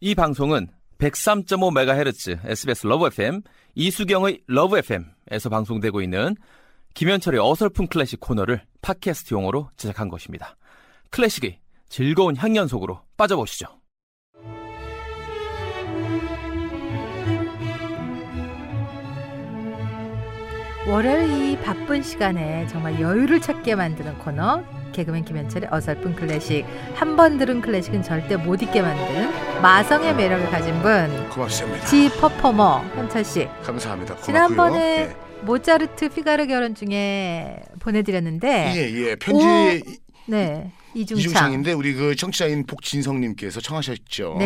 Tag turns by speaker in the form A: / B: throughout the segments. A: 이 방송은 103.5MHz SBS 러브 FM 이수경의 러브 FM에서 방송되고 있는 김현철의 어설픈 클래식 코너를 팟캐스트용어로 제작한 것입니다. 클래식의 즐거운 향연 속으로 빠져보시죠.
B: 월요일 이 바쁜 시간에 정말 여유를 찾게 만드는 코너 개그맨 김현철의 어설픈 클래식 한 번 들은 클래식은 절대 못 잊게 만드는 마성의 매력을 가진 분
C: 고맙습니다.
B: 지 퍼포머 현철 씨
C: 감사합니다. 고맙고요. 네.
B: 지난번에 모차르트 피가르 결혼 중에 보내드렸는데
C: 예예 편지
B: 네 이중창
C: 이중창인데 우리 그 청취자인 복진성님께서 청하셨죠.
B: 네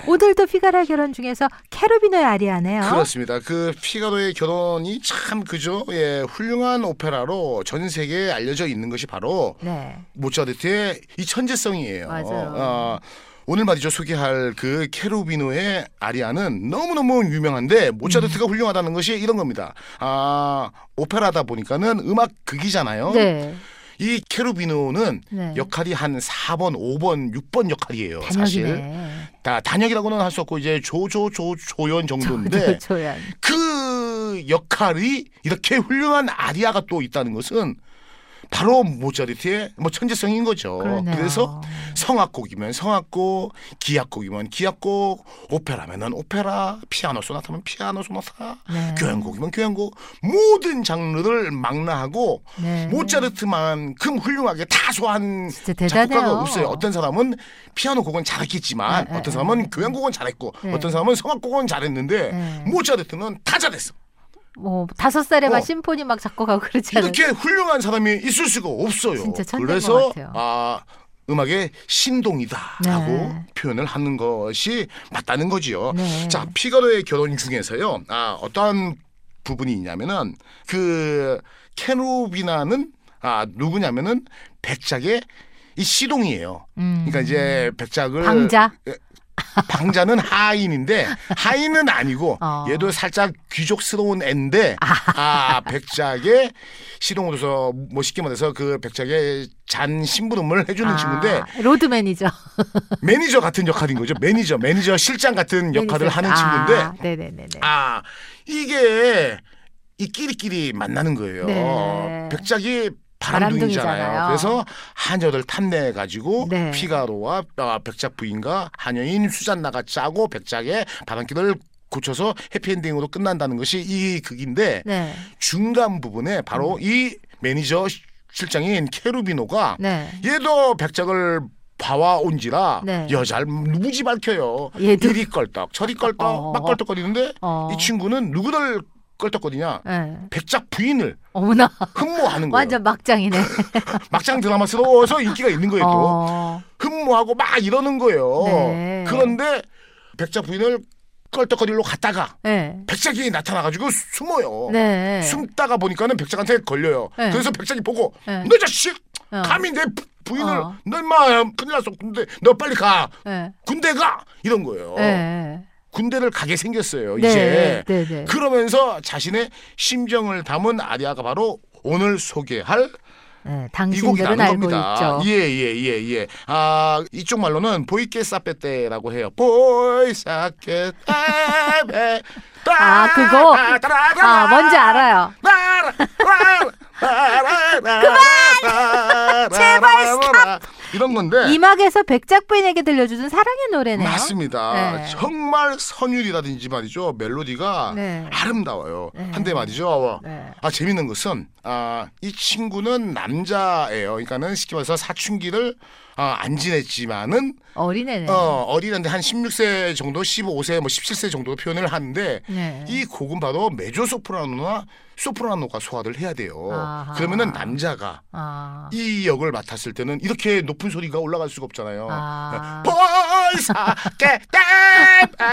C: 예.
B: 오늘도 피가르 결혼 중에서 캐로비노의 아리아네요
C: 그렇습니다. 그 피가로의 결혼이 참 그죠? 예, 훌륭한 오페라로 전 세계에 알려져 있는 것이 바로
B: 네
C: 모차르트의 이 천재성이에요.
B: 맞아요.
C: 아, 오늘 말이죠 소개할 그 케루비노의 아리아는 너무너무 유명한데 모차르트가
B: 음.
C: 훌륭하다는 것이 이런 겁니다. 아 오페라다 보니까는 음악 극이잖아요.
B: 네.
C: 이 케루비노는
B: 네.
C: 역할이 한 4번, 5번, 6번 역할이에요. 사실
B: 단역이네
C: 다 단역이라고는 할 수 없고 이제 조조조 조연 정도인데
B: 조조연
C: 그 역할이 이렇게 훌륭한 아리아가 또 있다는 것은 바로 모차르트의 뭐 천재성인 거죠.
B: 그러네요.
C: 래서 성악곡이면 성악곡, 기악곡이면 기악곡, 오페라면은 오페라, 피아노 소나타면 피아노 소나타,
B: 네.
C: 교향곡이면 교향곡 모든 장르를 망라하고
B: 네.
C: 모차르트만큼 훌륭하게 다 소화한
B: 진짜
C: 작곡가가
B: 대단해요.
C: 없어요. 어떤 사람은 피아노 곡은 잘했겠지만
B: 네, 네,
C: 어떤
B: 네,
C: 사람은
B: 네.
C: 교향곡은 잘했고
B: 네.
C: 어떤 사람은 성악곡은 잘했는데
B: 네.
C: 모차르트는 다 잘했어.
B: 뭐 다섯 살에 막
C: 어.
B: 심포니 막 작곡하고 그러지 않아요?
C: 이렇게 훌륭한 사람이 있을 수가 없어요.
B: 진짜 천재인 것
C: 그래서
B: 같아요.
C: 아 음악의 신동이다라고
B: 네.
C: 표현을 하는 것이 맞다는 거지요.
B: 네.
C: 자 피가로의 결혼 중에서요. 아 어떠한 부분이 있냐면은 그 캐노비나는 아 누구냐면은 백작의 이 시동이에요.
B: 음.
C: 그러니까 이제 백작을
B: 방자
C: 방자는 하인인데 하인은 아니고
B: 어.
C: 얘도 살짝 귀족스러운 앤데 아 백작의 시동으로서 뭐 쉽게 말해서 그 백작의 잔 심부름을 해주는 친구인데
B: 아, 로드 매니저
C: 매니저 같은 역할인 거죠 매니저 매니저 실장 같은 역할을 하는
B: 아.
C: 친구인데
B: 네네네네
C: 아 이게 이 끼리끼리 만나는 거예요
B: 네.
C: 백작이
B: 바람둥이잖아요.
C: 바람둥이잖아요. 그래서 한여를 탐내해 가지고
B: 네.
C: 피가로와 아, 백작 부인과 한여인 수잔나가 짜고 백작의 바람길을 고쳐서 해피엔딩으로 끝난다는 것이 이 극인데
B: 네.
C: 중간 부분에
B: 음.
C: 바로 이 매니저 시- 실장인 케루비노가
B: 네.
C: 얘도 백작을 봐와온지라
B: 네.
C: 여자를 누구지 밝혀요.
B: 얘도?
C: 이리 껄떡 저리 껄떡
B: 어.
C: 막 껄떡거리는데
B: 어.
C: 이 친구는 누구를 껄떡거리냐
B: 네.
C: 백작 부인을
B: 어머나
C: 흠모하는 거예요.
B: 완전 막장이네.
C: 막장 드라마스러워서 인기가 있는 거예요. 또.
B: 어.
C: 흠모하고 막 이러는 거예요.
B: 네.
C: 그런데 백작 부인을 껄떡거리로 갔다가
B: 네.
C: 백작이 나타나가지고 숨어요.
B: 네.
C: 숨다가 보니까는 백작한테 걸려요.
B: 네.
C: 그래서 백작이 보고
B: 네.
C: 너 자식
B: 어.
C: 감히 내 부- 부인을
B: 어.
C: 너 임마 큰일 났어 군대 너 빨리 가
B: 네.
C: 군대 가 이런 거예요.
B: 네.
C: 군대를 가게 생겼어요.
B: 네.
C: 어, 이제
B: 네. 네.
C: 그러면서 자신의 심정을 담은 아리아가 바로 오늘 소개할
B: 네.
C: 이 곡이
B: 당신들은
C: 나는
B: 알고
C: 겁니다.
B: 있죠.
C: 예예예 예, 예. 아 이쪽 말로는 보이께 사페떼라고 해요. 보이 사페떼.
B: 아, 그거?
C: 예.
B: 아 뭔지 알아요.
C: 그만! 제발 스탑! 이런 건데
B: 이막에서 백작 부인에게 들려주는 사랑의 노래네요.
C: 네. 맞습니다.
B: 네.
C: 정말 선율이라든지 말이죠 멜로디가
B: 네.
C: 아름다워요.
B: 네.
C: 한데 말이죠.
B: 네.
C: 아 재밌는 것은 아, 이 친구는 남자예요. 그러니까는 쉽게 말해서 사춘기를 아, 안 지냈지만은
B: 어린애네.
C: 어, 어린데 한 16세 정도, 15세, 뭐 17세 정도 표현을 하는데
B: 네.
C: 이 곡은 바로 메조 소프라노나 소프라노가 소화를 해야 돼요.
B: 아하.
C: 그러면은 남자가
B: 아.
C: 이 역을 맡았을 때는 이렇게 높은 어. 소리가 올라갈 수가 없잖아요.
B: 아.
C: 보이사게 땜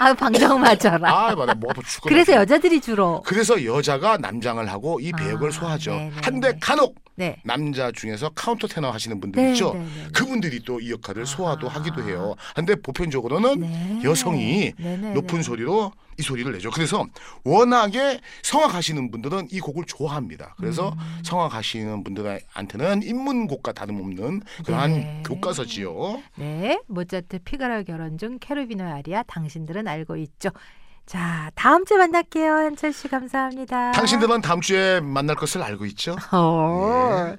B: 아, 방정 맞아라.
C: 아, 맞아. 뭐 아파 죽겠네.
B: 그래서 여자들이 주로
C: 그래서 여자가 남장을 하고 이 배역을
B: 아,
C: 소화하죠.
B: 네네.
C: 한데 간혹
B: 네.
C: 남자 중에서 카운터 테너 하시는 분들
B: 네,
C: 있죠.
B: 네, 네.
C: 그렇죠. 그분들이 또 이 역할을 소화도
B: 아.
C: 하기도 해요. 근데 보편적으로는
B: 네.
C: 여성이
B: 네네네.
C: 높은 소리로 이 소리를 내죠. 그래서 워낙에 성악하시는 분들은 이 곡을 좋아합니다. 그래서
B: 음.
C: 성악하시는 분들한테는 인문곡과 다름없는 그러한
B: 네.
C: 교과서지요.
B: 네, 모차트 피가로 결혼 중 캐르비노의 아리아 당신들은 알고 있죠. 자, 다음 주에 만날게요. 현철 씨 감사합니다.
C: 당신들만 다음 주에 만날 것을 알고 있죠?
B: 어.
C: 예.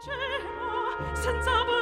D: cielo senza voce